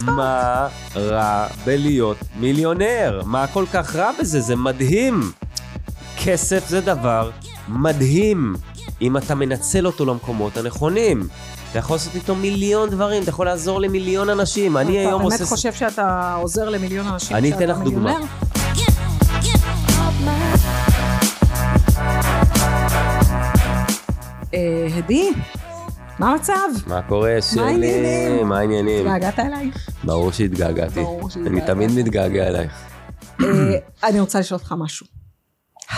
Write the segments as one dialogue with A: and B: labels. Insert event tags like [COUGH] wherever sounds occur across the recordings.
A: מה רע בלהיות מיליונר? מה כל כך רע בזה? זה מדהים. כסף זה דבר מדהים, אם אתה מנצל אותו למקומות הנכונים. אתה יכול לעשות איתו מיליון דברים, אתה יכול לעזור למיליון אנשים. אני היום
B: אתה
A: עושה...
B: באמת חושב שאתה עוזר למיליון אנשים
A: אני
B: כשאתה
A: אתן לך דוגמה.
B: מיליונר? אה, הדי, מה המצב?
A: מה קורה, שלי?
B: העניינים?
A: מה העניינים?
B: התגעגעת אליי?
A: ברור שהתגעגעתי.
B: ברור שהתגעגעת.
A: אני תמיד מתגעגע אלייך.
B: אה, אני רוצה לשאול אותך משהו.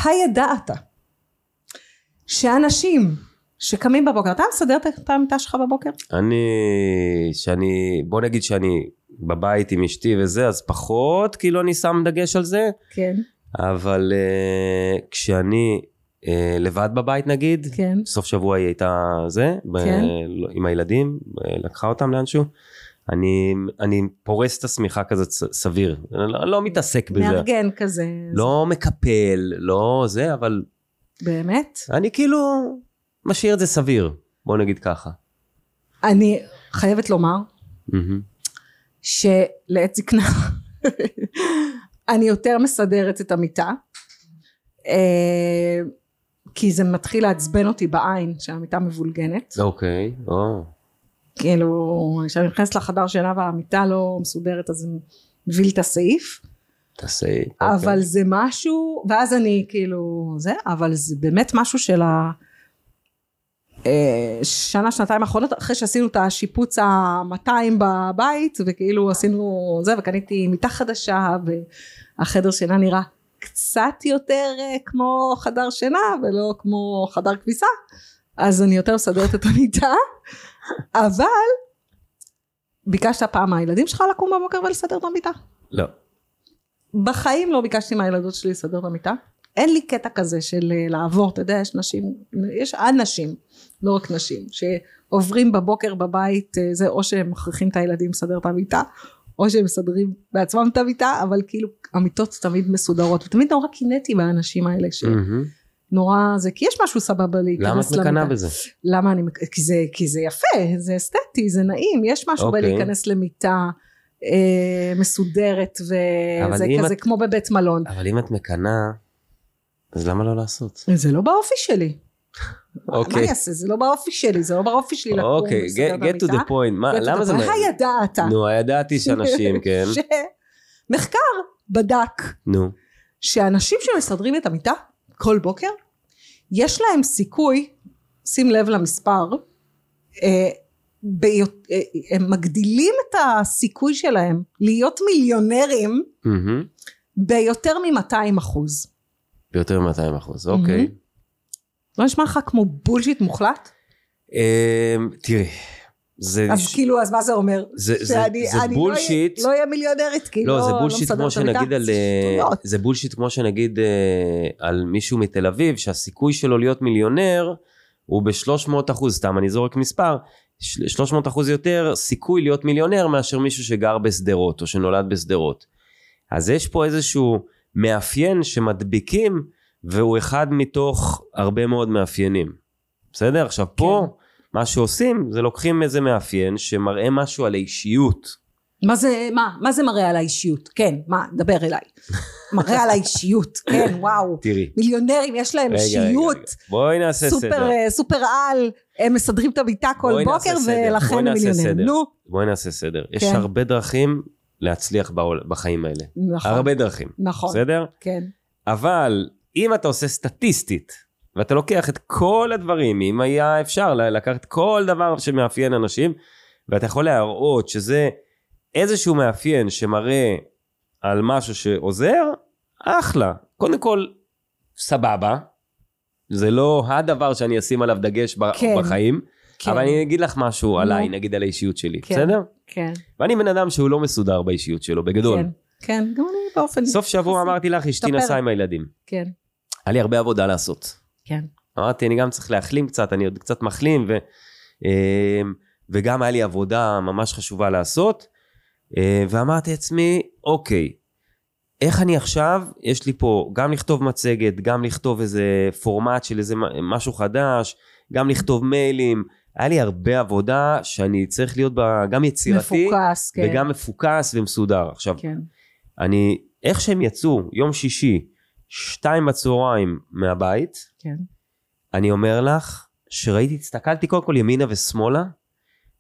B: הידעת שאנשים שקמים בבוקר, אתה מסדר את המיטה שלך בבוקר?
A: אני, שאני, בוא נגיד שאני בבית עם אשתי וזה, אז פחות כאילו אני שם דגש על זה,
B: כן.
A: אבל uh, כשאני uh, לבד בבית נגיד,
B: כן.
A: סוף שבוע היא הייתה זה, ב-
B: כן.
A: לא- עם הילדים, ב- לקחה אותם לאנשהו, אני, אני פורס את השמיכה כזה ס- סביר, אני לא, לא מתעסק בזה.
B: מארגן כזה.
A: לא מקפל, לא זה, אבל
B: באמת?
A: אני כאילו משאיר את זה סביר, בוא נגיד ככה.
B: אני חייבת לומר
A: מהמם.
B: שלעת זקנה אני יותר מסדרת את המיטה אה, כי זה מתחיל לעצבן אותי בעין שהמיטה מבולגנת
A: אוקיי, או.
B: כאילו כשאני נכנסת לחדר שינה והמיטה לא מסודרת אז זה מביא לי את הסעיף
A: תעשה... אוקיי.
B: אבל זה משהו ואז אני כאילו זה אבל זה באמת משהו של ה... אה, שנה שנתיים האחרונות אחרי שעשינו את השיפוץ ה-200 בבית וכאילו עשינו זה וקניתי מיטה חדשה והחדר שינה נראה קצת יותר אה, כמו חדר שינה ולא כמו חדר כביסה אז אני יותר מסדרת את המיטה אבל ביקשת פעם מהילדים שלך לקום בבוקר ולסדר את המיטה
A: לא.
B: בחיים לא ביקשתי מהילדות שלי לסדר את המיטה. אין לי קטע כזה של אה, לעבור, אתה יודע, יש נשים, יש אנשים, לא רק נשים, שעוברים בבוקר בבית, אה, זה או שהם מכריחים את הילדים לסדר את המיטה, או שהם מסדרים בעצמם את המיטה, אבל כאילו המיטות תמיד מסודרות, ותמיד נורא קינאתי באנשים האלה,
A: מהמם.
B: שנורא זה, כי יש משהו
A: Mm.
B: סבבה
A: למה
B: להיכנס
A: את
B: למיטה.
A: מקנאה בזה?
B: למה אני, מק- כי זה, כי זה יפה, זה אסתטי, זה נעים, יש משהו
A: אוקיי.
B: בלהיכנס למיטה אה, מסודרת
A: אבל
B: וזה
A: אם
B: כזה
A: את-
B: כמו בבית מלון.
A: אבל אם את מקנאה, אז למה לא לעשות?
B: זה לא באופי שלי. מה
A: אוקיי.
B: אני אעשה? זה לא באופי שלי, זה לא באופי שלי לקום
A: אוקיי,
B: ולסדר
A: get- get to
B: במיטה.
A: the point. מה,
B: Get to
A: למה
B: the
A: זה...
B: point.
A: מה-
B: הידעת.
A: נו, ידעתי
B: [LAUGHS]
A: שאנשים, כן.
B: שמחקר בדק
A: נו.
B: שאנשים שמסדרים את המיטה כל בוקר, יש להם סיכוי, שים לב למספר, אה, ביות- אה, הם מגדילים את הסיכוי שלהם להיות מיליונרים
A: מהמם.
B: ביותר מ-200 אחוז.
A: ביותר מ-200 אחוז, אוקיי.
B: לא נשמע לך כמו בולשיט מוחלט?
A: אמ, תראי, זה...
B: אז כאילו, אז מה זה אומר?
A: זה- זה-
B: שאני-
A: זה
B: אני לא
A: בולשיט.
B: אהיה- לא אהיה מיליונרית, כי לא
A: לא, זה
B: לא
A: בולשיט
B: מסדרת
A: כמו
B: את המיטה. לא.
A: שנגיד על... אה,
B: שטויות.
A: זה בולשיט כמו שנגיד אה, על מישהו מתל אביב, שהסיכוי שלו להיות מיליונר הוא ב-300 אחוז, סתם אני זורק מספר, של- 300 אחוז יותר סיכוי להיות מיליונר מאשר מישהו שגר בשדרות או שנולד בשדרות. אז יש פה איזשהו מאפיין שמדביקים והוא אחד מתוך הרבה מאוד מאפיינים. בסדר? עכשיו פה,
B: כן.
A: מה שעושים זה לוקחים איזה מאפיין שמראה משהו על האישיות.
B: מה זה, מה, מה זה מראה על האישיות? כן, מה, דבר אליי. מראה על האישיות, כן, וואו.
A: תראי.
B: מיליונרים, יש להם
A: רגע, רגע,
B: אישיות,
A: רגע. בואי נעשה סדר.
B: סופר, אה, סופר על, הם מסדרים את המיטה כל
A: בואי נעשה
B: בוקר,
A: סדר, בואי
B: ולכן הם
A: נעשה
B: מיליונרים.
A: סדר.
B: נו,
A: בואי נעשה סדר. יש
B: כן.
A: הרבה דרכים להצליח בעול- בחיים האלה.
B: נכון,
A: הרבה דרכים.
B: נכון,
A: בסדר?
B: כן.
A: אבל אם אתה עושה סטטיסטית, ואתה לוקח את כל הדברים, אם היה אפשר ל- לקחת כל דבר שמאפיין אנשים, ואתה יכול להראות שזה איזשהו מאפיין שמראה על משהו שעוזר, אחלה. קודם כל, סבבה. זה לא הדבר שאני אשים עליו דגש ב-
B: כן.
A: בחיים,
B: כן,
A: אבל אני אגיד לך משהו עליי,
B: נו.
A: נגיד על האישיות שלי,
B: כן.
A: בסדר?
B: כן,
A: ואני בן אדם שהוא לא מסודר באישיות שלו, בגדול.
B: כן, כן, גם אני באופן,
A: סוף
B: [LAUGHS]
A: שבוע אמרתי לך, אשתי
B: תספר.
A: נסעה עם הילדים.
B: כן,
A: היה לי הרבה עבודה לעשות.
B: כן.
A: אמרתי, אני גם צריך להחלים קצת, אני עוד קצת מחלים, ו, אמ, וגם היה לי עבודה ממש חשובה לעשות. אה, ואמרתי לעצמי, אוקיי, איך אני עכשיו, יש לי פה גם לכתוב מצגת, גם לכתוב איזה פורמט של איזה מ- משהו חדש, גם לכתוב מיילים, היה לי הרבה עבודה שאני צריך להיות בה גם יצירתי,
B: מפוקס, כן.
A: וגם מפוקס ומסודר. עכשיו,
B: כן.
A: אני, איך שהם יצאו, יום שישי, שתיים בצהריים מהבית,
B: כן.
A: אני אומר לך, שראיתי, הסתכלתי קודם כל ימינה ושמאלה,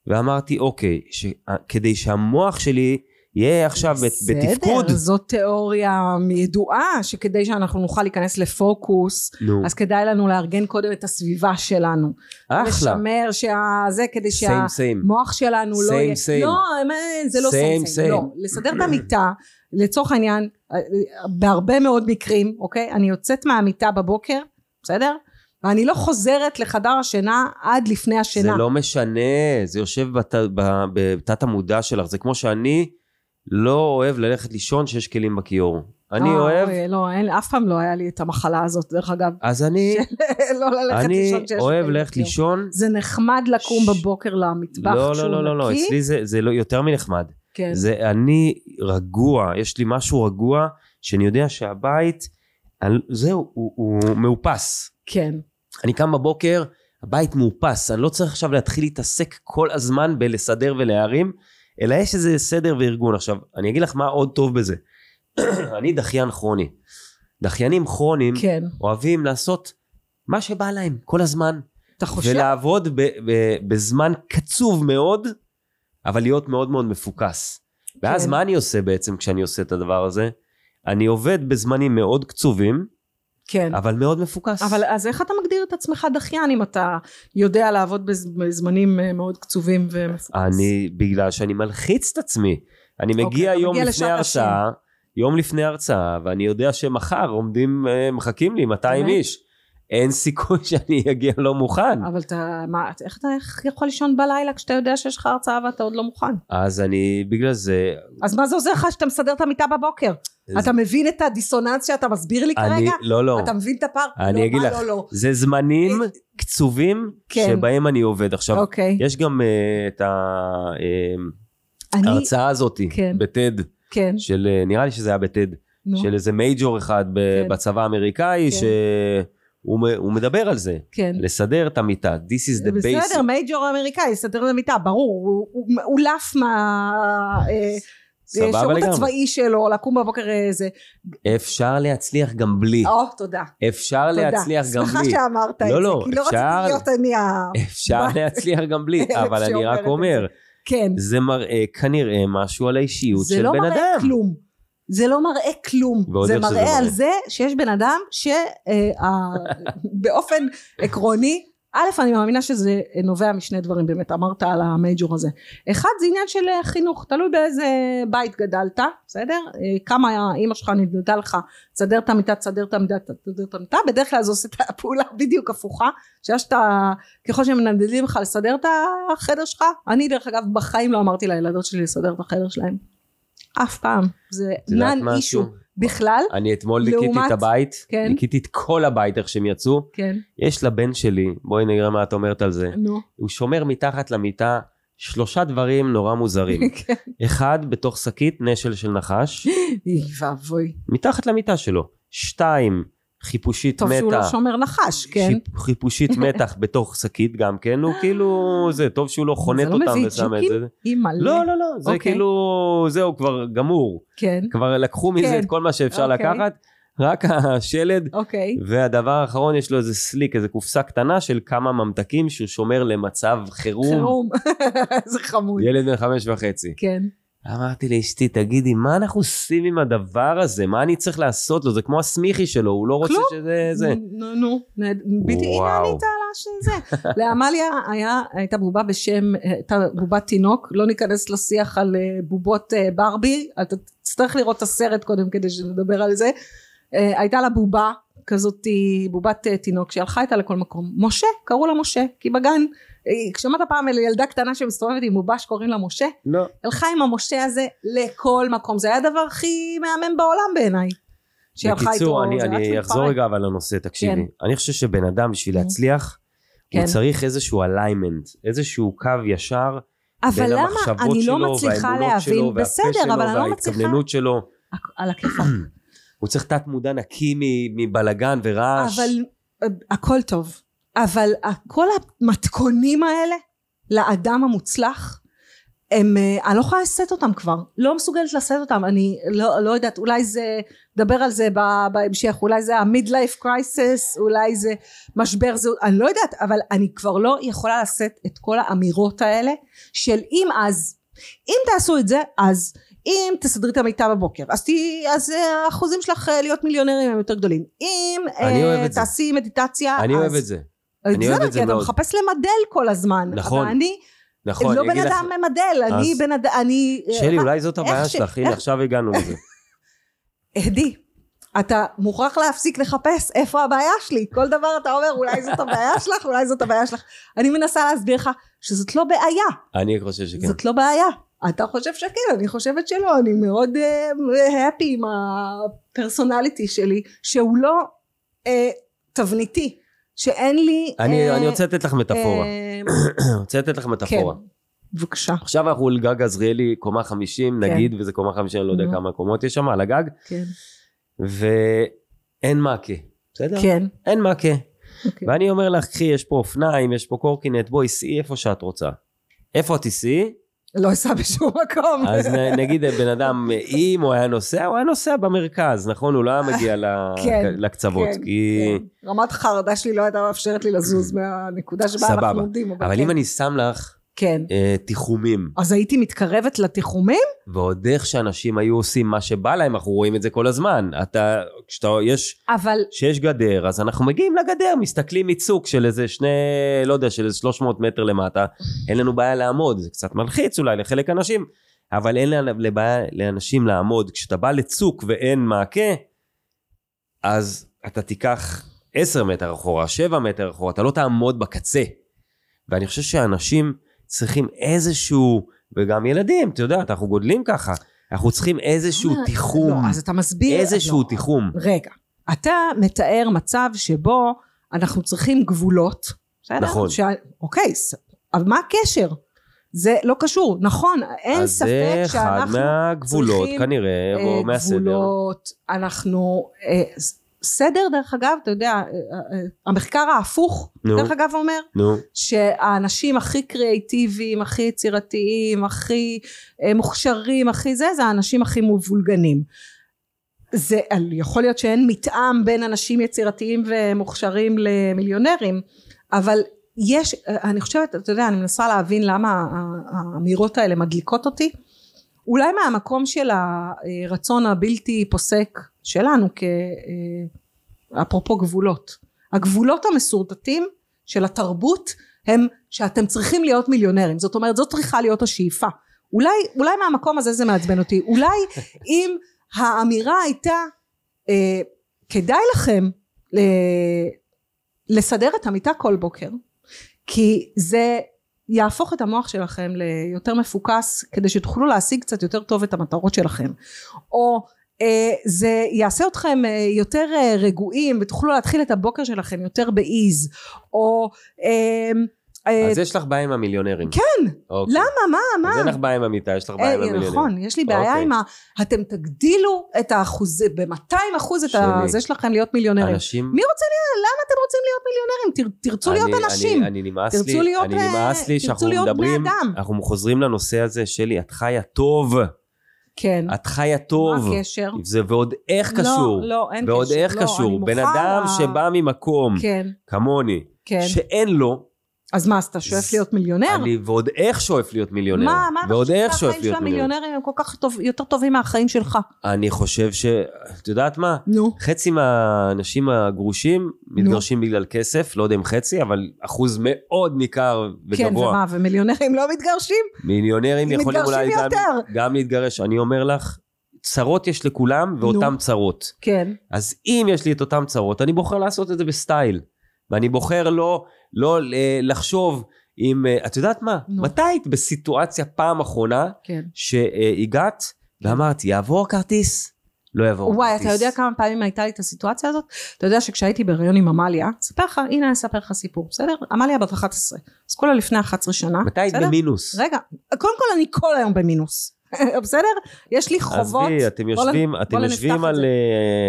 A: ואמרתי, אוקיי, ש... כדי שהמוח שלי יהיה עכשיו בת- בתפקוד,
B: בסדר, זאת תיאוריה ידועה, שכדי שאנחנו נוכל להיכנס לפוקוס,
A: נו,
B: אז כדאי לנו לארגן קודם את הסביבה שלנו.
A: Mm. אחלה,
B: לשמר שזה, כדי שה...
A: סיים סיים.
B: המוח שלנו לא
A: Same,
B: יהיה...
A: same.
B: לא, אה, זה לא
A: Same,
B: סיים סיים. לא,
A: same.
B: לסדר את המיטה, לצורך העניין, אה, אה, בהרבה מאוד מקרים, אוקיי? אני יוצאת מהמיטה בבוקר, בסדר? ואני לא חוזרת לחדר השינה עד לפני
A: זה
B: השינה.
A: לא משנה, זה יושב בת... ב- בתת המודע שלך, זה כמו שאני לא אוהב ללכת לישון שיש כלים בכיור. אני
B: אה,
A: אוהב,
B: אוי, לא, אין, אף פעם לא היה לי את המחלה הזאת, דרך אגב. [LAUGHS]
A: אז אני,
B: לא ללכת
A: אני
B: לישון כשיש
A: אוהב
B: לי
A: ללכת
B: בוקר.
A: לישון.
B: זה נחמד לקום
A: ש-
B: בבוקר למטבח
A: לא,
B: כשהוא
A: לא, לא, לא, לא,
B: נקי.
A: אצלי זה, זה לא, יותר מנחמד.
B: כן,
A: זה אני רגוע, יש לי משהו רגוע, שאני יודע שהבית, אני- זהו, הוא, הוא מאופס.
B: כן.
A: אני קם בבוקר, הבית מאופס, אני לא צריך עכשיו להתחיל להתעסק כל הזמן בלסדר ולהרים, אלא יש איזה סדר וארגון. עכשיו, אני אגיד לך מה עוד טוב בזה. [CLEARS THROAT] אני דחיין כרוני. דחיינים כרוניים
B: כן.
A: אוהבים לעשות מה שבא להם כל הזמן,
B: אתה חושב?
A: ולעבוד ב- ב- בזמן קצוב מאוד, אבל להיות מאוד מאוד מפוקס. ואז
B: כן.
A: מה אני עושה בעצם כשאני עושה את הדבר הזה? אני עובד בזמנים מאוד קצובים,
B: כן.
A: אבל מאוד מפוקס.
B: אבל אז איך אתה מגדיר את עצמך דחיין אם אתה יודע לעבוד בז- בזמנים אה, מאוד קצובים ומפוקס?
A: אני, בגלל שאני מלחיץ את עצמי. אני מגיע
B: אוקיי, אתה
A: יום
B: מגיע
A: לפני
B: לשעת
A: הרצאה, יום לפני הרצאה, ואני יודע שמחר עומדים, אה, מחכים לי 200
B: באמת?
A: איש. אין סיכוי [LAUGHS] שאני אגיע לא מוכן.
B: אבל אתה, מה, אתה- איך אתה איך יכול לישון בלילה כשאתה יודע שיש לך הרצאה ואתה עוד לא מוכן?
A: אז אני, בגלל זה,
B: אז מה זה עוזר לך שאתה מסדר את המיטה בבוקר?
A: אז-
B: אתה מבין את הדיסוננס שאתה מסביר לי
A: אני,
B: כרגע?
A: לא, לא.
B: אתה מבין את הפער?
A: אני
B: לא,
A: אגיד
B: מה,
A: לך.
B: לא, לא.
A: זה זמנים
B: אה,
A: קצובים
B: כן.
A: שבהם אני עובד. עכשיו,
B: אוקיי.
A: יש גם אה, את ההרצאה
B: אני,
A: הזאת
B: כן.
A: בטד,
B: כן,
A: של, אה, נראה לי שזה היה בטד,
B: נו,
A: של איזה מייג'ור אחד ב-
B: כן.
A: בצבא האמריקאי,
B: כן.
A: שהוא מ- הוא מדבר על זה,
B: כן.
A: לסדר את המיטה, this is the
B: בסדר, אה,
A: basic.
B: מייג'ור האמריקאי, סדר למיטה, ברור, הוא- הוא הוא אולף מה... אה,
A: סבבה
B: שירות
A: לגמרי.
B: הצבאי שלו, לקום בבוקר אה, זה,
A: אפשר להצליח גם בלי.
B: או, תודה.
A: אפשר
B: אה, תודה.
A: להצליח גם
B: שמחה
A: בלי.
B: שאמרת
A: אוקיי. לא,
B: את
A: לא,
B: זה, כי לא רציתי
A: אפשר-
B: להיות אני ה... [LAUGHS]
A: אפשר להצליח גם בלי,
B: אלף
A: אבל אני
B: שאומרת
A: רק
B: את
A: אומר,
B: כן.
A: זה מראה כנראה משהו על האישיות
B: זה
A: של
B: לא
A: בן
B: מראה
A: אדם.
B: כלום. זה לא מראה כלום.
A: ועוד
B: זה
A: איך שזה
B: מראה על
A: מראה.
B: זה שיש בן אדם [LAUGHS] שבאופן עקרוני, א', אני מאמינה שזה נובע משני דברים באמת, אמרת על המייג'ור הזה. אחד, זה עניין של אה, חינוך, תלוי באיזה בית גדלת, בסדר? אה, כמה אימא שלך נדנדה לך, תסדר את המיטה, תסדר את המיטה, תסדר את המיטה, בדרך כלל זה עושה את הפעולה בדיוק הפוכה, שיש את ה... ככל שהם מנדדים לך לסדר את החדר שלך, אני דרך אגב בחיים לא אמרתי לילדות שלי לסדר את החדר שלהם. אף פעם. זה
A: את יודעת
B: נן
A: משהו?
B: אישו בכלל.
A: אני אתמול ניקיתי
B: לעומת-
A: את הבית,
B: כן.
A: ניקיתי את כל הבית איך שהם יצאו.
B: כן,
A: יש לבן שלי, בואי נראה מה את אומרת על זה,
B: נו.
A: הוא שומר מתחת למיטה שלושה דברים נורא
B: [LAUGHS]
A: מוזרים.
B: כן.
A: אחד, בתוך שקית נשל של נחש,
B: אי ואבוי.
A: מתחת למיטה שלו. שתיים, חיפושית
B: טוב שהוא לא
A: מתה,
B: שומר נחש, כן.
A: שיפ-
B: [LAUGHS]
A: חיפושית מתח בתוך שקית גם כן, הוא כאילו, זה טוב שהוא לא חונט
B: לא
A: אותם
B: מביא
A: ושם את
B: ג'וקים?
A: זה.
B: אימא
A: לא, לא, לא, זה
B: אוקיי.
A: כאילו, זהו, כבר גמור.
B: כן,
A: כבר לקחו מזה
B: כן.
A: את כל מה שאפשר
B: אוקיי.
A: לקחת, רק השלד
B: אוקיי.
A: והדבר האחרון יש לו איזה סליק, איזה קופסה קטנה של כמה ממתקים שהוא שומר למצב חירום.
B: חירום. [LAUGHS] זה חמוד.
A: ילד בן חמש וחצי.
B: כן.
A: אמרתי לאשתי, תגידי, מה אנחנו עושים עם הדבר הזה? מה אני צריך לעשות לו? זה כמו הסמיכי שלו, הוא לא רוצה
B: כלום.
A: שזה... זה.
B: נו, נו, נו, בדיוק, הנה
A: וואו.
B: ענית על השזה. לעמליה היה, הייתה בובה בשם, הייתה בובת תינוק, לא ניכנס לשיח על אה, בובות אה, ברבי, אתה תצטרך לראות את הסרט קודם כדי שנדבר על זה. אה, הייתה לה בובה כזאת, אה, בובת אה, תינוק, שהלכה איתה לכל מקום. משה, קראו לה משה, כי בגן, אה, שמעת פעם על ילדה קטנה שמסתובבת עם בובה שקוראים לה משה?
A: לא.
B: הלכה עם המשה הזה לכל מקום, זה היה הדבר הכי מהמם בעולם בעיניי. שהיא הלכה
A: בקיצור,
B: איתו,
A: אני,
B: זה רק
A: אני
B: מתפרק.
A: אחזור רגע אבל לנושא, תקשיבי.
B: כן.
A: אני חושב שבן אדם בשביל להצליח,
B: כן.
A: הוא צריך איזשהו אליימנט, איזשהו קו ישר
B: אבל
A: בין
B: למה
A: המחשבות
B: אני
A: שלו,
B: לא מצליחה
A: והאמונות
B: להבין,
A: שלו, והפה
B: בסדר,
A: שלו,
B: אבל אני לא מצליחה,
A: וההתכווננות שלו.
B: על הכיפאק,
A: הוא צריך תת מודע נקי מ- מבלגן ורעש.
B: אבל אה, הכל טוב, אבל ה- כל המתכונים האלה לאדם המוצלח הם, אה, אני לא יכולה לשאת אותם כבר, לא מסוגלת לשאת אותם, אני לא, לא יודעת, אולי זה, נדבר על זה ב- בהמשך, אולי זה ה-midlife crisis, אולי זה משבר זהות, אני לא יודעת, אבל אני כבר לא יכולה לשאת את כל האמירות האלה של אם אז, אם תעשו את זה, אז, אם תסדרי את המיטה בבוקר, אז, תהיי, אז אה, האחוזים שלך אה, להיות מיליונרים הם יותר גדולים, אם
A: אני
B: אה,
A: אוהב את זה.
B: תעשי מדיטציה,
A: אני
B: לא, אז,
A: אוהב את זה.
B: אז
A: אני אוהב
B: בסדר,
A: את זה
B: כי אתה
A: מאוד.
B: מחפש למדל כל הזמן.
A: נכון,
B: אבל אני
A: נכון,
B: לא
A: אני
B: בן
A: אגיד לך,
B: אדם ממדל, אני
A: אז-
B: בן אדם, אני...
A: שלי,
B: מה-
A: אולי זאת הבעיה
B: ש-
A: שלך, הנה,
B: איך-
A: עכשיו הגענו
B: [LAUGHS]
A: לזה.
B: עדי, אתה מוכרח להפסיק לחפש איפה הבעיה שלי. כל דבר אתה אומר, אולי זאת הבעיה שלך, אולי זאת הבעיה שלך. אני מנסה להסביר לך שזאת לא בעיה,
A: אני חושב שכן.
B: זאת לא בעיה. אתה חושב שכן, אני חושבת שלא, אני מאוד הפי עם הפרסונליטי שלי, שהוא לא אה, תבניתי, שאין לי...
A: אני
B: אה,
A: אני רוצה לתת לך מטאפורה.
B: אה,
A: רוצה לתת לך
B: כן,
A: מטאפורה.
B: בבקשה.
A: עכשיו אנחנו על גג עזריאלי, קומה 50
B: כן.
A: נגיד, וזה קומה 50, אני לא יודע
B: נו.
A: כמה קומות יש שם על הגג,
B: כן.
A: ואין מעקה, בסדר?
B: כן.
A: אין מעקה.
B: אוקיי.
A: ואני אומר לך, קחי, יש פה אופניים, יש פה קורקינט, בואי, סעי איפה שאת רוצה. איפה תיסעי?
B: לא אסע בשום מקום.
A: אז נ- נגיד אה, בן אדם, אם הוא היה נוסע, הוא היה נוסע במרכז, נכון? הוא לא היה מגיע ל-
B: כן,
A: לקצוות.
B: כן,
A: כי...
B: כן. רמת החרדה שלי לא הייתה מאפשרת לי לזוז מהנקודה שבה
A: סבבה.
B: אנחנו עומדים.
A: אבל
B: כן.
A: אם אני שם לך
B: כן.
A: אה, תיחומים,
B: אז הייתי מתקרבת לתיחומים?
A: ועוד איך שאנשים היו עושים מה שבא להם, אנחנו רואים את זה כל הזמן. אתה, כשאתה, יש,
B: אבל...
A: כשיש גדר, אז אנחנו מגיעים לגדר, מסתכלים מצוק של איזה שני, לא יודע, של איזה 300 מטר למטה, אין לנו בעיה לעמוד, זה קצת מלחיץ אולי לחלק אנשים, אבל אין לה- לבעיה לאנשים לעמוד. כשאתה בא לצוק ואין מעקה, אז אתה תיקח 10 מטר אחורה, 7 מטר אחורה, אתה לא תעמוד בקצה. ואני חושב שאנשים צריכים איזשהו, וגם ילדים, אתה יודע, אנחנו גודלים ככה, אנחנו צריכים איזשהו
B: אה,
A: תיחום,
B: לא, אז אתה מסביר...
A: איזשהו
B: לא.
A: תיחום.
B: רגע. אתה מתאר מצב שבו אנחנו צריכים גבולות. בסדר?
A: נכון.
B: ש... אוקיי, ס... אבל מה הקשר? זה לא קשור. נכון, אין
A: אז
B: ספק
A: זה אחד
B: שאנחנו...
A: מהגבולות
B: צריכים,
A: כנראה,
B: אה,
A: או מהסדר.
B: גבולות, אנחנו... אה, ס- סדר, דרך אגב, אתה יודע, אה, אה, אה, המחקר ההפוך,
A: נו.
B: דרך אגב, אומר
A: נו,
B: שהאנשים הכי קריאיטיביים, הכי יצירתיים, הכי אה, מוכשרים, הכי זה, זה האנשים הכי מבולגנים. זה אל- יכול להיות שאין מתאם בין אנשים יצירתיים ומוכשרים למיליונרים, אבל יש, אה, אני חושבת, אתה יודע, אני מנסה להבין למה ה- ה- האמירות האלה מדליקות אותי. אולי מהמקום של הרצון הבלתי פוסק שלנו, כ, אה, אפרופו גבולות. הגבולות המסורטטים של התרבות הם שאתם צריכים להיות מיליונרים. זאת אומרת, זאת צריכה להיות השאיפה. אולי, אולי מהמקום הזה זה מעצבן אותי. אולי אם האמירה הייתה, אה, כדאי לכם אה, לסדר את המיטה כל בוקר, כי זה יהפוך את המוח שלכם ליותר מפוקס, כדי שתוכלו להשיג קצת יותר טוב את המטרות שלכם. או אה, זה יעשה אתכם אה, יותר אה, רגועים, ותוכלו להתחיל את הבוקר שלכם יותר באיז. או... אה, אה,
A: אז יש לך בעיה עם המיליונרים.
B: כן,
A: אוקיי.
B: למה, מה, מה?
A: אז אין לך בעיה עם המיטה, יש לך בעיה עם
B: אה,
A: המיליונרים.
B: נכון, יש לי בעיה
A: אוקיי.
B: עם ה... אתם תגדילו את האחוז, ב-200 אחוז את
A: שלי.
B: זה שלכם להיות מיליונרים.
A: אנשים...
B: מי רוצה להיות, למה אתם רוצים להיות מיליונרים? תר- תרצו
A: אני-
B: להיות
A: אני-
B: אנשים.
A: אני נמאס
B: תרצו
A: לי,
B: להיות,
A: אני
B: אה,
A: נמאס לי
B: תרצו
A: שאנחנו
B: להיות בני
A: מדברים,
B: אדם.
A: אנחנו חוזרים לנושא הזה, שלי, את חיה טוב,
B: כן.
A: את חיה טוב.
B: מה הקשר?
A: זה ועוד איך
B: לא,
A: קשור.
B: לא, אין קשר.
A: ועוד איך
B: לא, אני
A: קשור. בן
B: מוחה
A: אדם
B: על ה-
A: שבא ממקום
B: כן,
A: כמוני,
B: כן.
A: שאין לו,
B: אז מה, אז אתה שואף
A: ז-
B: להיות מיליונר?
A: אני ועוד איך שואף להיות מיליונר.
B: מה, מה אתה
A: ועוד
B: חושב
A: איך שואף
B: שהחיים של
A: להיות מיליונר.
B: המיליונרים הם כל כך טוב, יותר טובים מהחיים שלך?
A: אני חושב ש... את יודעת מה?
B: נו.
A: חצי מהאנשים הגרושים מתגרשים בגלל כסף, לא יודע אם חצי, אבל אחוז מאוד ניכר
B: כן,
A: וגבוה.
B: ומה, ומיליונרים לא מתגרשים?
A: מיליונרים יכולים אולי
B: מתגרשים
A: גם,
B: יותר.
A: גם להתגרש. אני אומר לך, צרות יש לכולם ואותם צרות.
B: כן.
A: אז אם יש לי את אותם צרות, אני בוחר לעשות את זה בסטייל. ואני בוחר לא, לא אה, לחשוב אם... אה, את יודעת מה?
B: נו.
A: מתי היית בסיטואציה פעם אחרונה
B: כן.
A: שהגעת ואמרת, יעבור הכרטיס? לא יעבור
B: וואי,
A: הכרטיס.
B: אתה יודע כמה פעמים הייתה לי את הסיטואציה הזאת? אתה יודע שכשהייתי בהריון עם עמליה, אספר לך, הנה אני אספר לך סיפור, בסדר? עמליה בת 11, אז כל לפני 11 שנה,
A: מתי היית
B: אה, בסדר?
A: במינוס?
B: רגע, קודם כל אני כל היום במינוס, [LAUGHS] בסדר? יש לי חובות.
A: עזבי, אתם
B: בוא
A: יושבים,
B: נ-
A: אתם
B: בוא
A: יושבים
B: נפתח את
A: על,
B: זה.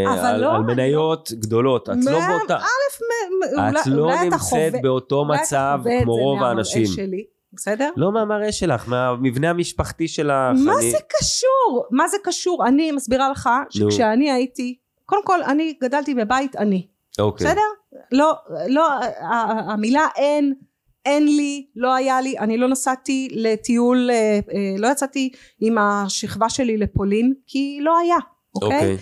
A: אה,
B: אבל
A: על,
B: לא,
A: על
B: אני
A: מניות גדולות, את לא
B: מה-
A: באותה...
B: א', מ- אה, אולי,
A: את לא
B: אולי אתה חווה...
A: נמצאת באותו
B: אולי אתה
A: מצב
B: חווה את
A: כמו
B: זה
A: רוב
B: מהמראה
A: האנשים.
B: שלי, בסדר?
A: לא מהמראה שלך, מהמבנה המשפחתי שלך.
B: מה
A: אני-
B: זה קשור? מה זה קשור? אני מסבירה לך שכשאני הייתי, קודם כל אני גדלתי בבית עני,
A: אוקיי.
B: בסדר? לא, לא, ה- ה- המילה אין, אין לי, לא היה לי, אני לא נסעתי לטיול, אה, אה, לא יצאתי עם השכבה שלי לפולין, כי לא היה, אוקיי?
A: אוקיי.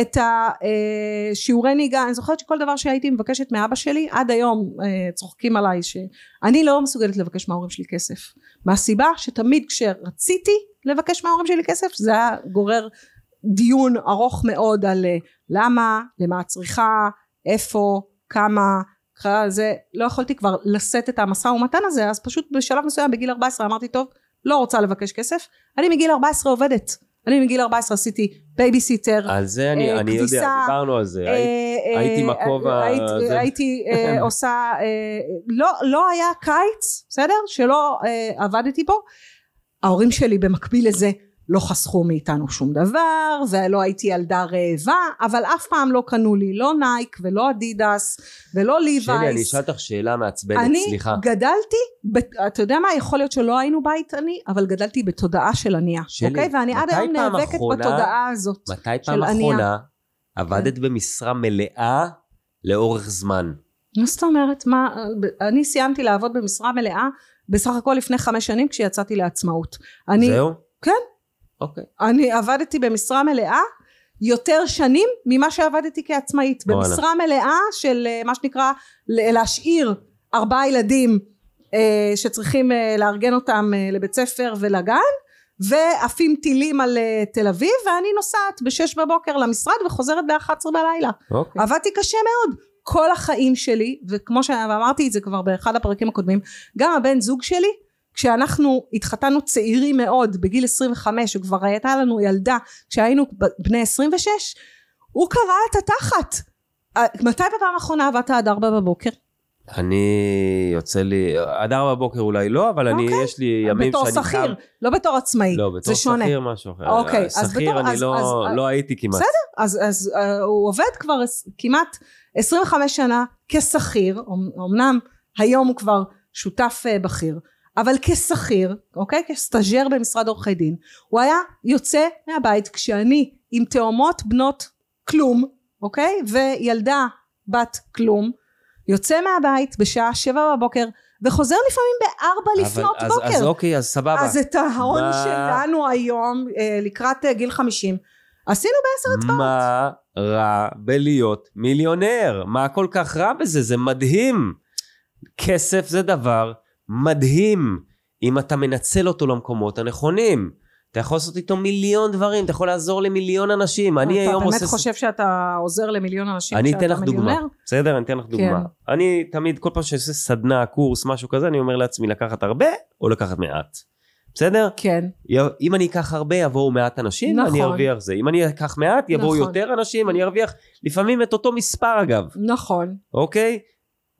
B: את השיעורי נהיגה, אני זוכרת שכל דבר שהייתי מבקשת מאבא שלי, עד היום אה, צוחקים עליי שאני לא מסוגלת לבקש מההורים שלי כסף. מהסיבה שתמיד כשרציתי לבקש מההורים שלי כסף, זה היה גורר דיון ארוך מאוד על אה, למה, למה את צריכה, איפה, כמה, ככה זה, לא יכולתי כבר לשאת את המשא ומתן הזה, אז פשוט בשלב מסוים בגיל 14 אמרתי טוב, לא רוצה לבקש כסף, אני מגיל 14 עובדת, אני מגיל 14 עשיתי בייביסיטר,
A: על זה אני
B: אה,
A: אני יודע,
B: כביסה,
A: דיברנו על זה. הייתי-
B: אה,
A: הייתי
B: אה,
A: עם הכובע
B: הייתי-
A: הזה. כן.
B: הייתי אה, עושה, אה, לא- לא היה קיץ, בסדר? שלא אה, עבדתי בו. ההורים שלי במקביל לזה לא חסכו מאיתנו שום דבר, ולא הייתי ילדה רעבה, אבל אף פעם לא קנו לי לא נייק ולא אדידס ולא
A: שלי, אני
B: ליווייס.
A: אשאל אותך שאלה מעצבנת,
B: אני
A: סליחה.
B: גדלתי, בת- אתה יודע מה, יכול להיות שלא היינו בית עני, אבל גדלתי בתודעה של ענייה,
A: שלי,
B: אוקיי? ואני עד
A: מתי
B: היום
A: פעם
B: נאבקת
A: אחרונה-
B: בתודעה הזאת.
A: מתי פעם
B: ענייה.
A: אחרונה עבדת
B: כן.
A: במשרה מלאה לאורך זמן?
B: מה זאת אומרת? מה, אני סיימתי לעבוד במשרה מלאה בסך הכל לפני חמש שנים כשיצאתי לעצמאות. אני,
A: זהו?
B: כן.
A: אוקיי.
B: אני עבדתי במשרה מלאה יותר שנים ממה שעבדתי כעצמאית.
A: וואלה.
B: במשרה מלאה של אה, מה שנקרא ל- להשאיר ארבעה ילדים אה, שצריכים אה, לארגן אותם אה, לבית ספר ולגן ועפים טילים על אה, תל אביב ואני נוסעת בשש בבוקר למשרד וחוזרת ב-11 בלילה.
A: אוקיי.
B: עבדתי קשה מאוד כל החיים שלי וכמו שאמרתי את זה כבר באחד הפרקים הקודמים גם הבן זוג שלי כשאנחנו התחתנו צעירים מאוד בגיל 25 וכבר הייתה לנו ילדה כשהיינו ב- בני 26 הוא קרע את התחת אה, מתי בפעם האחרונה עבדת עד ארבע בבוקר?
A: אני יוצא לי, עד ארבע בבוקר אולי לא, אבל אני, יש לי ימים
B: אוקיי. בתור
A: שאני
B: שכיר,
A: חם.
B: לא בתור עצמאי,
A: לא, בתור
B: זה שונה.
A: שכיר משהו אחר.
B: אוקיי, אז
A: שכיר
B: בתור-
A: אני
B: אז-
A: לא,
B: אז-
A: לא הייתי כמעט.
B: בסדר. אז, אז אה, הוא עובד כבר עש- כמעט 25 שנה כשכיר, אמ- אמנם היום הוא כבר שותף אה, בכיר, אבל כשכיר, אוקיי? כסטאג'ר במשרד עורכי דין, הוא היה יוצא מהבית כשאני עם תאומות בנות כלום, אוקיי? וילדה בת כלום, יוצא מהבית בשעה שבע בבוקר וחוזר לפעמים בארבע לפנות
A: אבל,
B: בוקר.
A: אז, אז אוקיי, אז סבבה.
B: אז את ההון
A: מה-
B: שלנו היום, אה, לקראת אה, גיל 50, עשינו בעשר אצבעות.
A: מה רע בלהיות מיליונר? מה כל כך רע בזה? זה מדהים. כסף זה דבר מדהים, אם אתה מנצל אותו למקומות הנכונים. אתה יכול לעשות איתו מיליון דברים, אתה יכול לעזור למיליון אנשים. אני
B: אתה
A: היום עושה...
B: באמת חושב שאתה עוזר למיליון אנשים
A: אני
B: כשאתה
A: אתן לך דוגמה,
B: מיליונר?
A: בסדר? אני אתן לך דוגמה.
B: כן.
A: אני תמיד, כל פעם שאני עושה סדנה, קורס, משהו כזה, אני אומר לעצמי לקחת הרבה או לקחת מעט. בסדר?
B: כן,
A: י- אם אני אקח הרבה יבואו מעט אנשים,
B: נכון.
A: אני ארוויח זה. אם אני אקח מעט יבואו
B: נכון.
A: יותר אנשים, אני ארוויח לפעמים את אותו מספר אגב,
B: נכון.
A: אוקיי?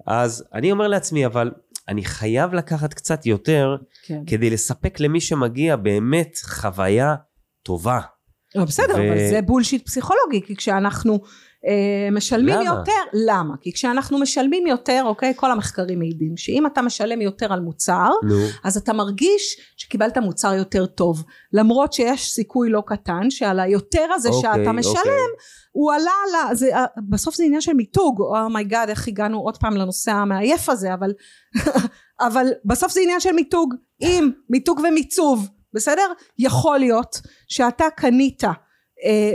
A: אז אני אומר לעצמי, אבל אני חייב לקחת קצת יותר
B: כן.
A: כדי לספק למי שמגיע באמת חוויה טובה.
B: לא,
A: ו-
B: בסדר, אבל זה בולשיט פסיכולוגי, כי כשאנחנו אה, משלמים
A: למה?
B: יותר, למה? כי כשאנחנו משלמים יותר, אוקיי, כל המחקרים מעידים שאם אתה משלם יותר על מוצר,
A: נו.
B: אז אתה מרגיש שקיבלת מוצר יותר טוב, למרות שיש סיכוי לא קטן שעל היותר הזה
A: אוקיי,
B: שאתה משלם, הוא עלה על ה... זה, אה, בסוף זה עניין של מיתוג, אומייגאד, oh my God, איך הגענו עוד פעם לנושא המעייף הזה, אבל, [LAUGHS] אבל בסוף זה עניין של מיתוג, עם מיתוג ומיצוב, בסדר? יכול להיות שאתה קנית אה,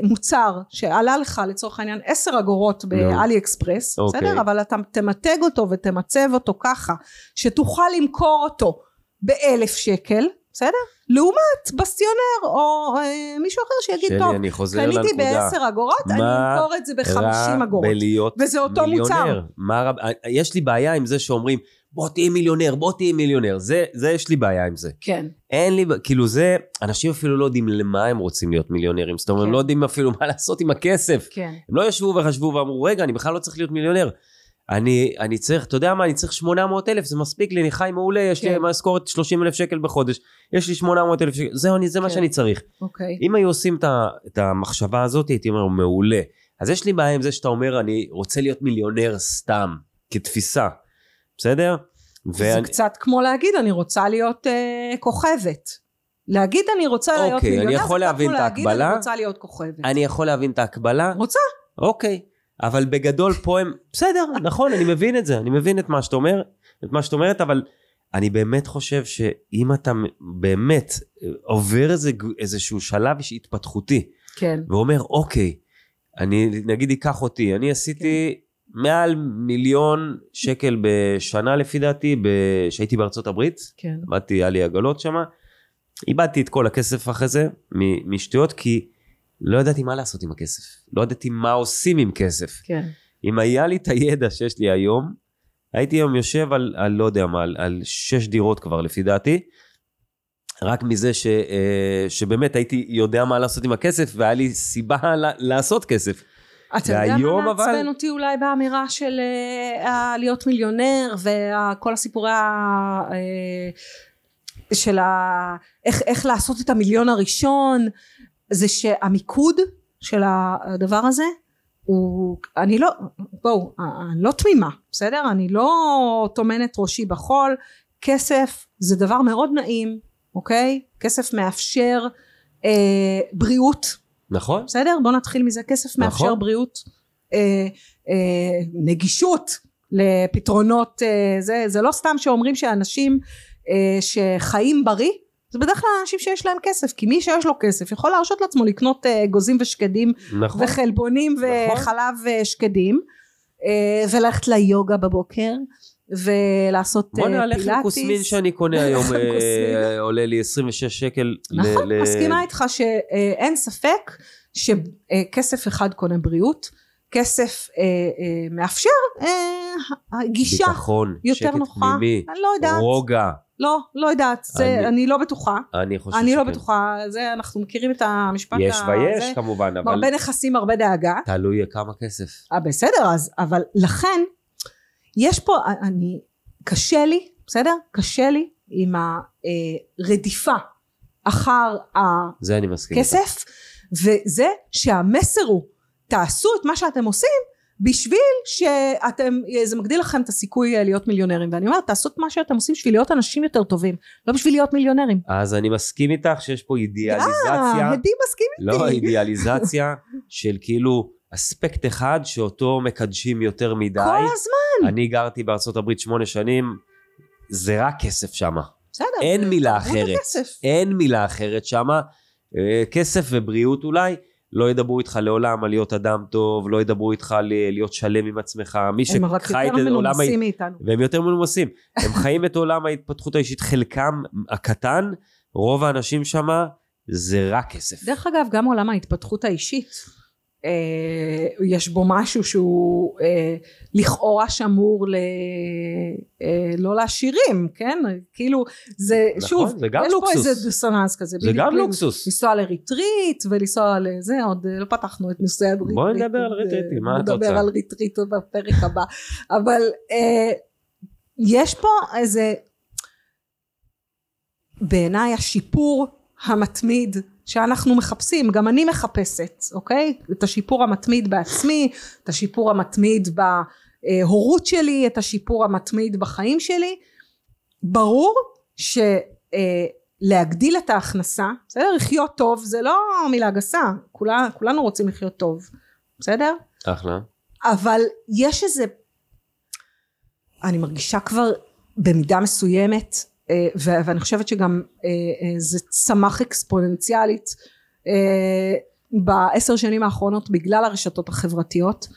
B: מוצר שעלה לך לצורך העניין עשר אגורות באלי אקספרס,
A: אוקיי.
B: בסדר? אבל אתה תמתג אותו ותמצב אותו ככה, שתוכל למכור אותו באלף שקל, בסדר? לעומת בסטיונר או אה, מישהו אחר שיגיד, טוב,
A: שלי, אני חוזר לנקודה.
B: קניתי בעשר אגורות, אני
A: מה
B: אמכור את זה בחמישים
A: רע
B: אגורות.
A: בלהיות
B: וזה אותו מוצר.
A: מיליונר. מה רב... יש לי בעיה עם זה שאומרים, בוא תהיה מיליונר, בוא תהיה מיליונר. זה, זה יש לי בעיה עם זה.
B: כן.
A: אין לי, כאילו זה, אנשים אפילו לא יודעים למה הם רוצים להיות מיליונרים. זאת אומרת,
B: כן.
A: הם לא יודעים אפילו מה [LAUGHS] לעשות עם הכסף.
B: כן.
A: הם לא ישבו וחשבו ואמרו, רגע, אני בכלל לא צריך להיות מיליונר. אני, אני צריך, אתה יודע מה, אני צריך 800 אלף, זה מספיק לי, אני חי מעולה, יש לי
B: כן.
A: משכורת 30 אלף שקל בחודש, יש לי 800 אלף שקל, זהו, אני, זה מה
B: כן.
A: שאני צריך.
B: אוקיי.
A: אם היו עושים את ה- את המחשבה הזאת, הייתי אומר, מעולה. אז יש לי בעיה עם זה שאתה אומר, אני רוצה להיות מיליונר סתם. כתפיסה, בסדר?
B: זה קצת כמו להגיד אני רוצה להיות אה, כוכבת. להגיד אני רוצה
A: אוקיי,
B: להיות
A: אני
B: מיליונר, זה
A: יכול
B: קצת
A: להבין
B: כמו
A: את
B: להגיד
A: ההקבלה.
B: אני רוצה להיות כוכבת.
A: אני יכול להבין את ההקבלה,
B: רוצה,
A: אוקיי, אבל בגדול פה הם, בסדר, נכון, אני מבין את זה, אני מבין את מה שאת אומר, את מה שאת אומרת, אבל אני באמת חושב שאם אתה באמת עובר איזה, איזשהו שלב התפתחותי,
B: כן.
A: ואומר, אוקיי, אני, נגיד, ייקח אותי, אני עשיתי מעל מיליון שקל בשנה לפי דעתי, כשהייתי בארצות הברית,
B: כן.
A: באתי, היה לי עגלות שמה, איבדתי את כל הכסף אחרי זה מ- משטויות, כי לא ידעתי מה לעשות עם הכסף. לא ידעתי מה עושים עם כסף.
B: כן.
A: אם היה לי את הידע שיש לי היום, הייתי היום יושב על, על לא יודע מה, על, על שש דירות כבר לפי דעתי, רק מזה ש, אה, שבאמת הייתי יודע מה לעשות עם הכסף והיה לי סיבה ל- לעשות כסף.
B: אתה יודע
A: והיום,
B: מה מעצבן
A: אבל-
B: אותי אולי באמירה של אה, ה- להיות מיליונר וכל הסיפורי ה... אה, של ה... איך, איך לעשות את המיליון הראשון זה שהמיקוד של הדבר הזה הוא אני לא בואו אני לא תמימה בסדר אני לא טומנת ראשי בחול כסף זה דבר מאוד נעים אוקיי כסף מאפשר אה, בריאות
A: נכון?
B: בסדר? בוא נתחיל מזה. כסף מאפשר
A: נכון.
B: בריאות, אה, אה, נגישות לפתרונות, אה, זה, זה לא סתם שאומרים שאנשים אה, שחיים בריא, זה בדרך כלל אנשים שיש להם כסף, כי מי שיש לו כסף יכול להרשות לעצמו לקנות אה, אגוזים ושקדים
A: נכון.
B: וחלבונים
A: נכון.
B: וחלב אה, שקדים, אה, וללכת ליוגה בבוקר, ולעשות אה,
A: בוא נלך
B: פילאטיס.
A: לכוסמין שאני קונה
B: [LAUGHS]
A: היום,
B: לחם
A: אה,
B: כוסמין.
A: עולה לי 26 שקל. ל-
B: נכון,
A: ל-
B: מסכימה איתך שאין ספק שכסף אחד קונה בריאות, כסף אה, אה, מאפשר אה, גישה
A: ביטחון,
B: יותר
A: שקט
B: נוחה,
A: פנימי,
B: אני לא יודעת,
A: רוגע.
B: לא, לא יודעת, זה-
A: אני-
B: אני לא בטוחה,
A: אני חושב
B: אני לא
A: שכן.
B: בטוחה, זה אנחנו מכירים את המשפט
A: יש
B: הזה,
A: ויש כמובן, אבל
B: הרבה נכסים הרבה דאגה,
A: תלוי כמה כסף.
B: אה, בסדר, אז, אבל לכן, יש פה, אה, אני, קשה לי, בסדר? קשה לי עם הרדיפה אחר ה...
A: זה אני מסכים. איתך.
B: כסף וזה שהמסר הוא תעשו את מה שאתם עושים בשביל שאתם זה מגדיל לכם את הסיכוי אה, להיות מיליונרים ואני אומרת תעשו את מה שאתם עושים בשביל להיות אנשים יותר טובים לא בשביל להיות מיליונרים
A: אז אני מסכים איתך שיש פה אידיאליזציה,
B: אה, הדי מסכים
A: לא
B: איתי.
A: אידיאליזציה של כאילו אספקט אחד שאותו מקדשים יותר מדי.
B: כל הזמן
A: אני גרתי בארצות הברית שמונה שנים, זה רק כסף שמה.
B: בסדר
A: אין מילה
B: תרבות
A: אחרת.
B: הכסף.
A: אין מילה אחרת שמה. אה, כסף ובריאות אולי, לא ידברו איתך לעולם על להיות אדם טוב, לא ידברו איתך על אה, להיות שלם עם עצמך. מי
B: הם אבל
A: שחי את
B: יותר
A: עולם ההת-
B: מנומסים מאיתנו
A: והם יותר מנומסים. הם חיים את עולם ההתפתחות האישית, חלקם הקטן, רוב האנשים שמה זה רק כסף.
B: דרך אגב גם עולם ההתפתחות האישית אה, יש בו משהו שהוא אה, לכאורה שמור ל... אה, לא לעשירים כן כאילו זה
A: נכון,
B: שוב
A: זה גם
B: יש
A: לוקסוס.
B: פה איזה דיסוננס כזה
A: זה
B: בדיוק,
A: גם
B: לי-
A: לוקסוס.
B: לנסוע לריטריט ולנסוע לזה עוד אה, לא פתחנו את נושא הריטריט
A: בואי נדבר על ריטריטים, מה את
B: אה, נדבר
A: רוצה?
B: על ריטריט בפרק הבא אבל אה, יש פה איזה בעיניי השיפור המתמיד שאנחנו מחפשים, גם אני מחפשת, אוקיי? את השיפור המתמיד בעצמי, את השיפור המתמיד בהורות שלי, את השיפור המתמיד בחיים שלי. ברור שלהגדיל את ההכנסה, בסדר? לחיות טוב זה לא מילה גסה, כולה, כולנו רוצים לחיות טוב, בסדר?
A: אחלה.
B: אבל יש איזה אני מרגישה כבר במידה מסוימת אה, ו- ואני חושבת שגם אה, אה, זה צמח אקספוננציאלית אה, בעשר שנים האחרונות בגלל הרשתות החברתיות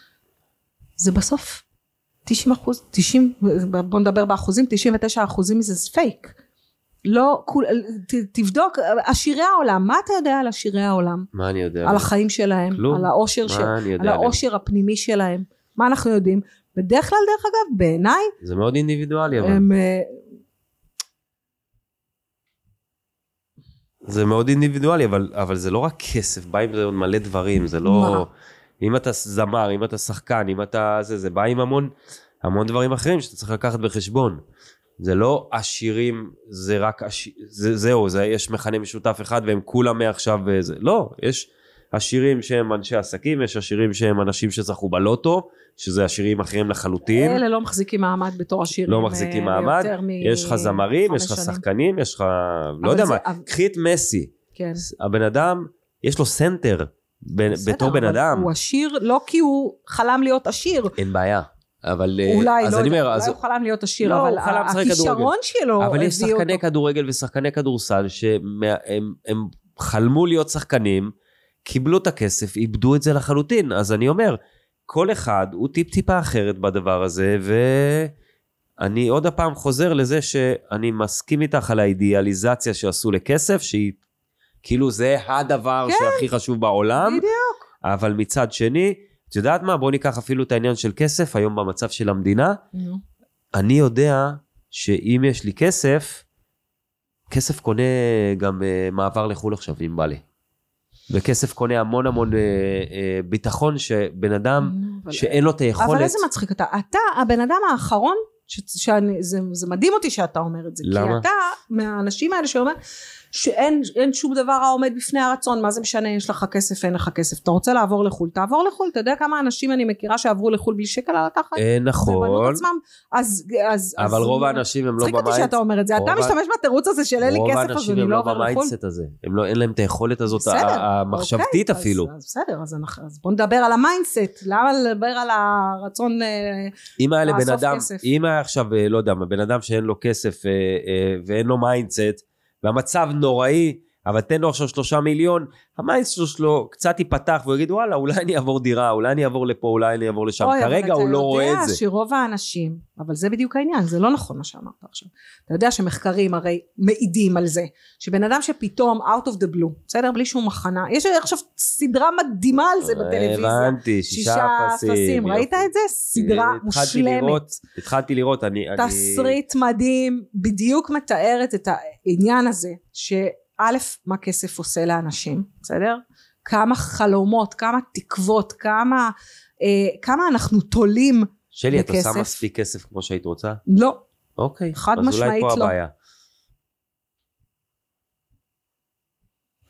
B: זה בסוף 90 אחוז 90 בוא נדבר באחוזים 99 אחוזים מזה זה פייק לא כול- ת- תבדוק אה, עשירי העולם מה אתה יודע על עשירי העולם
A: מה אני יודע?
B: על החיים שלהם
A: כן. כלום.
B: על העושר שלהם
A: מה אני יודע?
B: על העושר הפנימי שלהם, מה אנחנו יודעים. בדרך כלל, דרך אגב, בעיניי,
A: זה מאוד אינדיבידואלי, כן, אבל.
B: הם... אה,
A: זה מאוד אינדיבידואלי, אבל, אבל זה לא רק כסף, בא עם זה עוד מלא דברים, זה
B: מה?
A: לא... אם אתה זמר, אם אתה שחקן, אם אתה... זה, זה בא עם המון, המון דברים אחרים שאתה צריך לקחת בחשבון. זה לא עשירים, זה רק עשיר... זה, זהו, זה, יש מכנה משותף אחד והם כולם מעכשיו וזה... אה, לא, יש עשירים שהם אנשי עסקים, יש עשירים שהם אנשים שזכו בלוטו, שזה עשירים אחרים לחלוטין.
B: אלה לא מחזיקים מעמד בתור עשירים.
A: לא מחזיקים
B: אה,
A: מעמד,
B: יותר מ-
A: יש לך זמרים,
B: חמש
A: יש לך
B: שנים.
A: שחקנים, יש לך... לא
B: אבל
A: יודע
B: זה-
A: מה,
B: אבל-
A: קחי את מסי,
B: כן.
A: הבן אדם, יש לו סנטר, בן-
B: בסדר,
A: בתור בן
B: אבל
A: אדם,
B: הוא עשיר לא כי הוא חלם להיות עשיר.
A: אין בעיה. אבל אה,
B: אולי,
A: אז
B: לא
A: אני
B: יודעת,
A: אומר,
B: אולי
A: אז
B: הוא חלם להיות עשיר,
A: לא,
B: אבל
A: הוא חלם לשחק
B: הכישרון
A: כדורגל.
B: שלו
A: אבל יש
B: הביא
A: שחקני
B: אותו.
A: כדורגל ושחקני כדורסל שהם הם חלמו להיות שחקנים, קיבלו את הכסף, איבדו את זה לחלוטין. אז אני אומר, כל אחד הוא טיפ-טיפה אחרת בדבר הזה, ואני עוד הפעם חוזר לזה שאני מסכים איתך על האידיאליזציה שעשו לכסף, שהיא כאילו זה הדבר
B: כן.
A: שהכי חשוב בעולם,
B: בדיוק.
A: אבל מצד שני, את יודעת מה? בואו ניקח אפילו את העניין של כסף, היום במצב של המדינה,
B: נו.
A: אני יודע שאם יש לי כסף, כסף קונה גם uh, מעבר לחו"ל עכשיו, אם בא לי. וכסף קונה המון המון uh, uh, ביטחון שבן אדם
B: אבל-
A: שאין לו את היכולת...
B: אבל איזה מצחיק אתה. אתה הבן אדם האחרון, ש- שאני- זה- זה מדהים אותי שאתה אומר את זה.
A: למה?
B: כי אתה מהאנשים האלה שאומר שאין אין שום דבר העומד בפני הרצון, מה זה משנה, יש לך כסף, אין לך כסף. אתה רוצה לעבור לחו"ל, תעבור לחו"ל. אתה יודע כמה אנשים אני מכירה שעברו לחו"ל בלי שקל על התחת?
A: אה,
B: ובנו
A: נכון,
B: את עצמם. אז... אז-
A: אבל
B: אז-
A: רוב האנשים הם לא
B: מצחיק אותי
A: במיינדסט.
B: שאתה אומר את זה. אתה
A: רוב ה-
B: משתמש בתירוץ הזה של אין לי
A: רוב
B: כסף, אז
A: האנשים
B: אני
A: הם
B: לא
A: לא
B: עובר לחו"ל.
A: במיינדסט הזה. הם לא- אין להם את היכולת הזאת
B: בסדר,
A: ה- ה- המחשבתית
B: אוקיי,
A: אפילו.
B: אז, אז בסדר, אז, אנחנו, אז בוא נדבר על המיינדסט, למה לדבר על הרצון... אה,
A: אם היה לבן
B: לאסוף
A: אדם,
B: כסף.
A: אם היה עכשיו, אה, לא יודע, מה, בן אדם שאין לו כסף אה, אה, ואין לו מיינדסט, והמצב נוראי, אבל תן לו עכשיו שלושה מיליון, המיינדסט שלו קצת ייפתח והוא יגיד וואלה אולי אני אעבור דירה, אולי אני אעבור לפה, אולי אני אעבור לשם,
B: אוי, אבל
A: כרגע הוא לא רואה את
B: אתה
A: זה.
B: יודע שרוב האנשים, אבל זה בדיוק העניין, זה לא נכון מה שאמרת עכשיו. אתה יודע שמחקרים הרי מעידים על זה, שבן אדם שפתאום out of the blue, בסדר? בלי שום הכנה, יש עכשיו סדרה מדהימה על זה בטלוויזיה.
A: הבנתי, שישה אפסים.
B: ראית
A: יופי.
B: את זה? סדרה
A: אה, התחלתי
B: מושלמת.
A: לראות- התחלתי לראות, אני... אני-
B: תסריט מדהים, בדיוק מתארת את העניין הזה, שא', מה כסף עושה לאנשים, בסדר? כמה חלומות, כמה תקוות, כמה, אה, כמה אנחנו תולים,
A: שלי, אתה
B: בכסף.
A: שם מספיק כסף כמו שהיית רוצה?
B: לא,
A: אוקיי.
B: חד משמעית
A: אז אולי
B: לא.
A: פה הבעיה.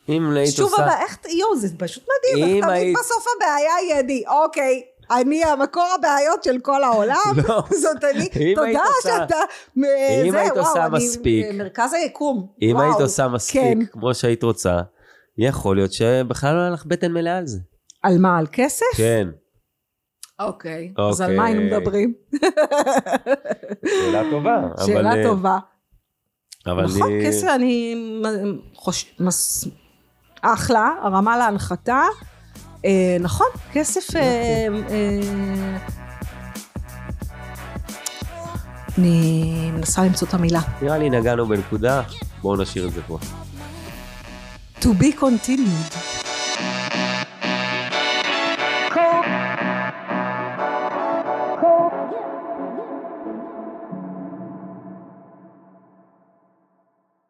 A: אם היית
B: שוב
A: עושה...
B: הבעיה, איך, יואו, זה פשוט מדהים,
A: אם
B: איך תמיד
A: היית-
B: בסוף הבעיה היא אני, אוקיי, אני המקור הבעיות של כל העולם,
A: לא.
B: [LAUGHS] זאת אני,
A: אם היית
B: תודה
A: עושה-
B: שאתה, מ-
A: אם
B: זה,
A: היית
B: וואו,
A: עושה
B: אני-
A: מספיק.
B: מרכז היקום,
A: אם
B: וואו,
A: היית עושה
B: כן.
A: מספיק כמו שהיית רוצה, יכול להיות שבכלל לא היה לך בטן מלאה
B: [LAUGHS]
A: על זה.
B: על מה, על כסף?
A: כן,
B: אוקיי, אז על
A: אוקיי.
B: מה היינו מדברים?
A: שאלה טובה.
B: שאלה
A: אבל, אה,
B: טובה.
A: אבל
B: נכון,
A: אני-
B: כסף אני מ- חוש... מס... אחלה, הרמה להנחתה. אה, נכון, כסף... אה, אה, אני מנסה למצוא את המילה.
A: נראה לי נגענו בנקודה, בואו נשאיר את זה פה.
B: To be continued.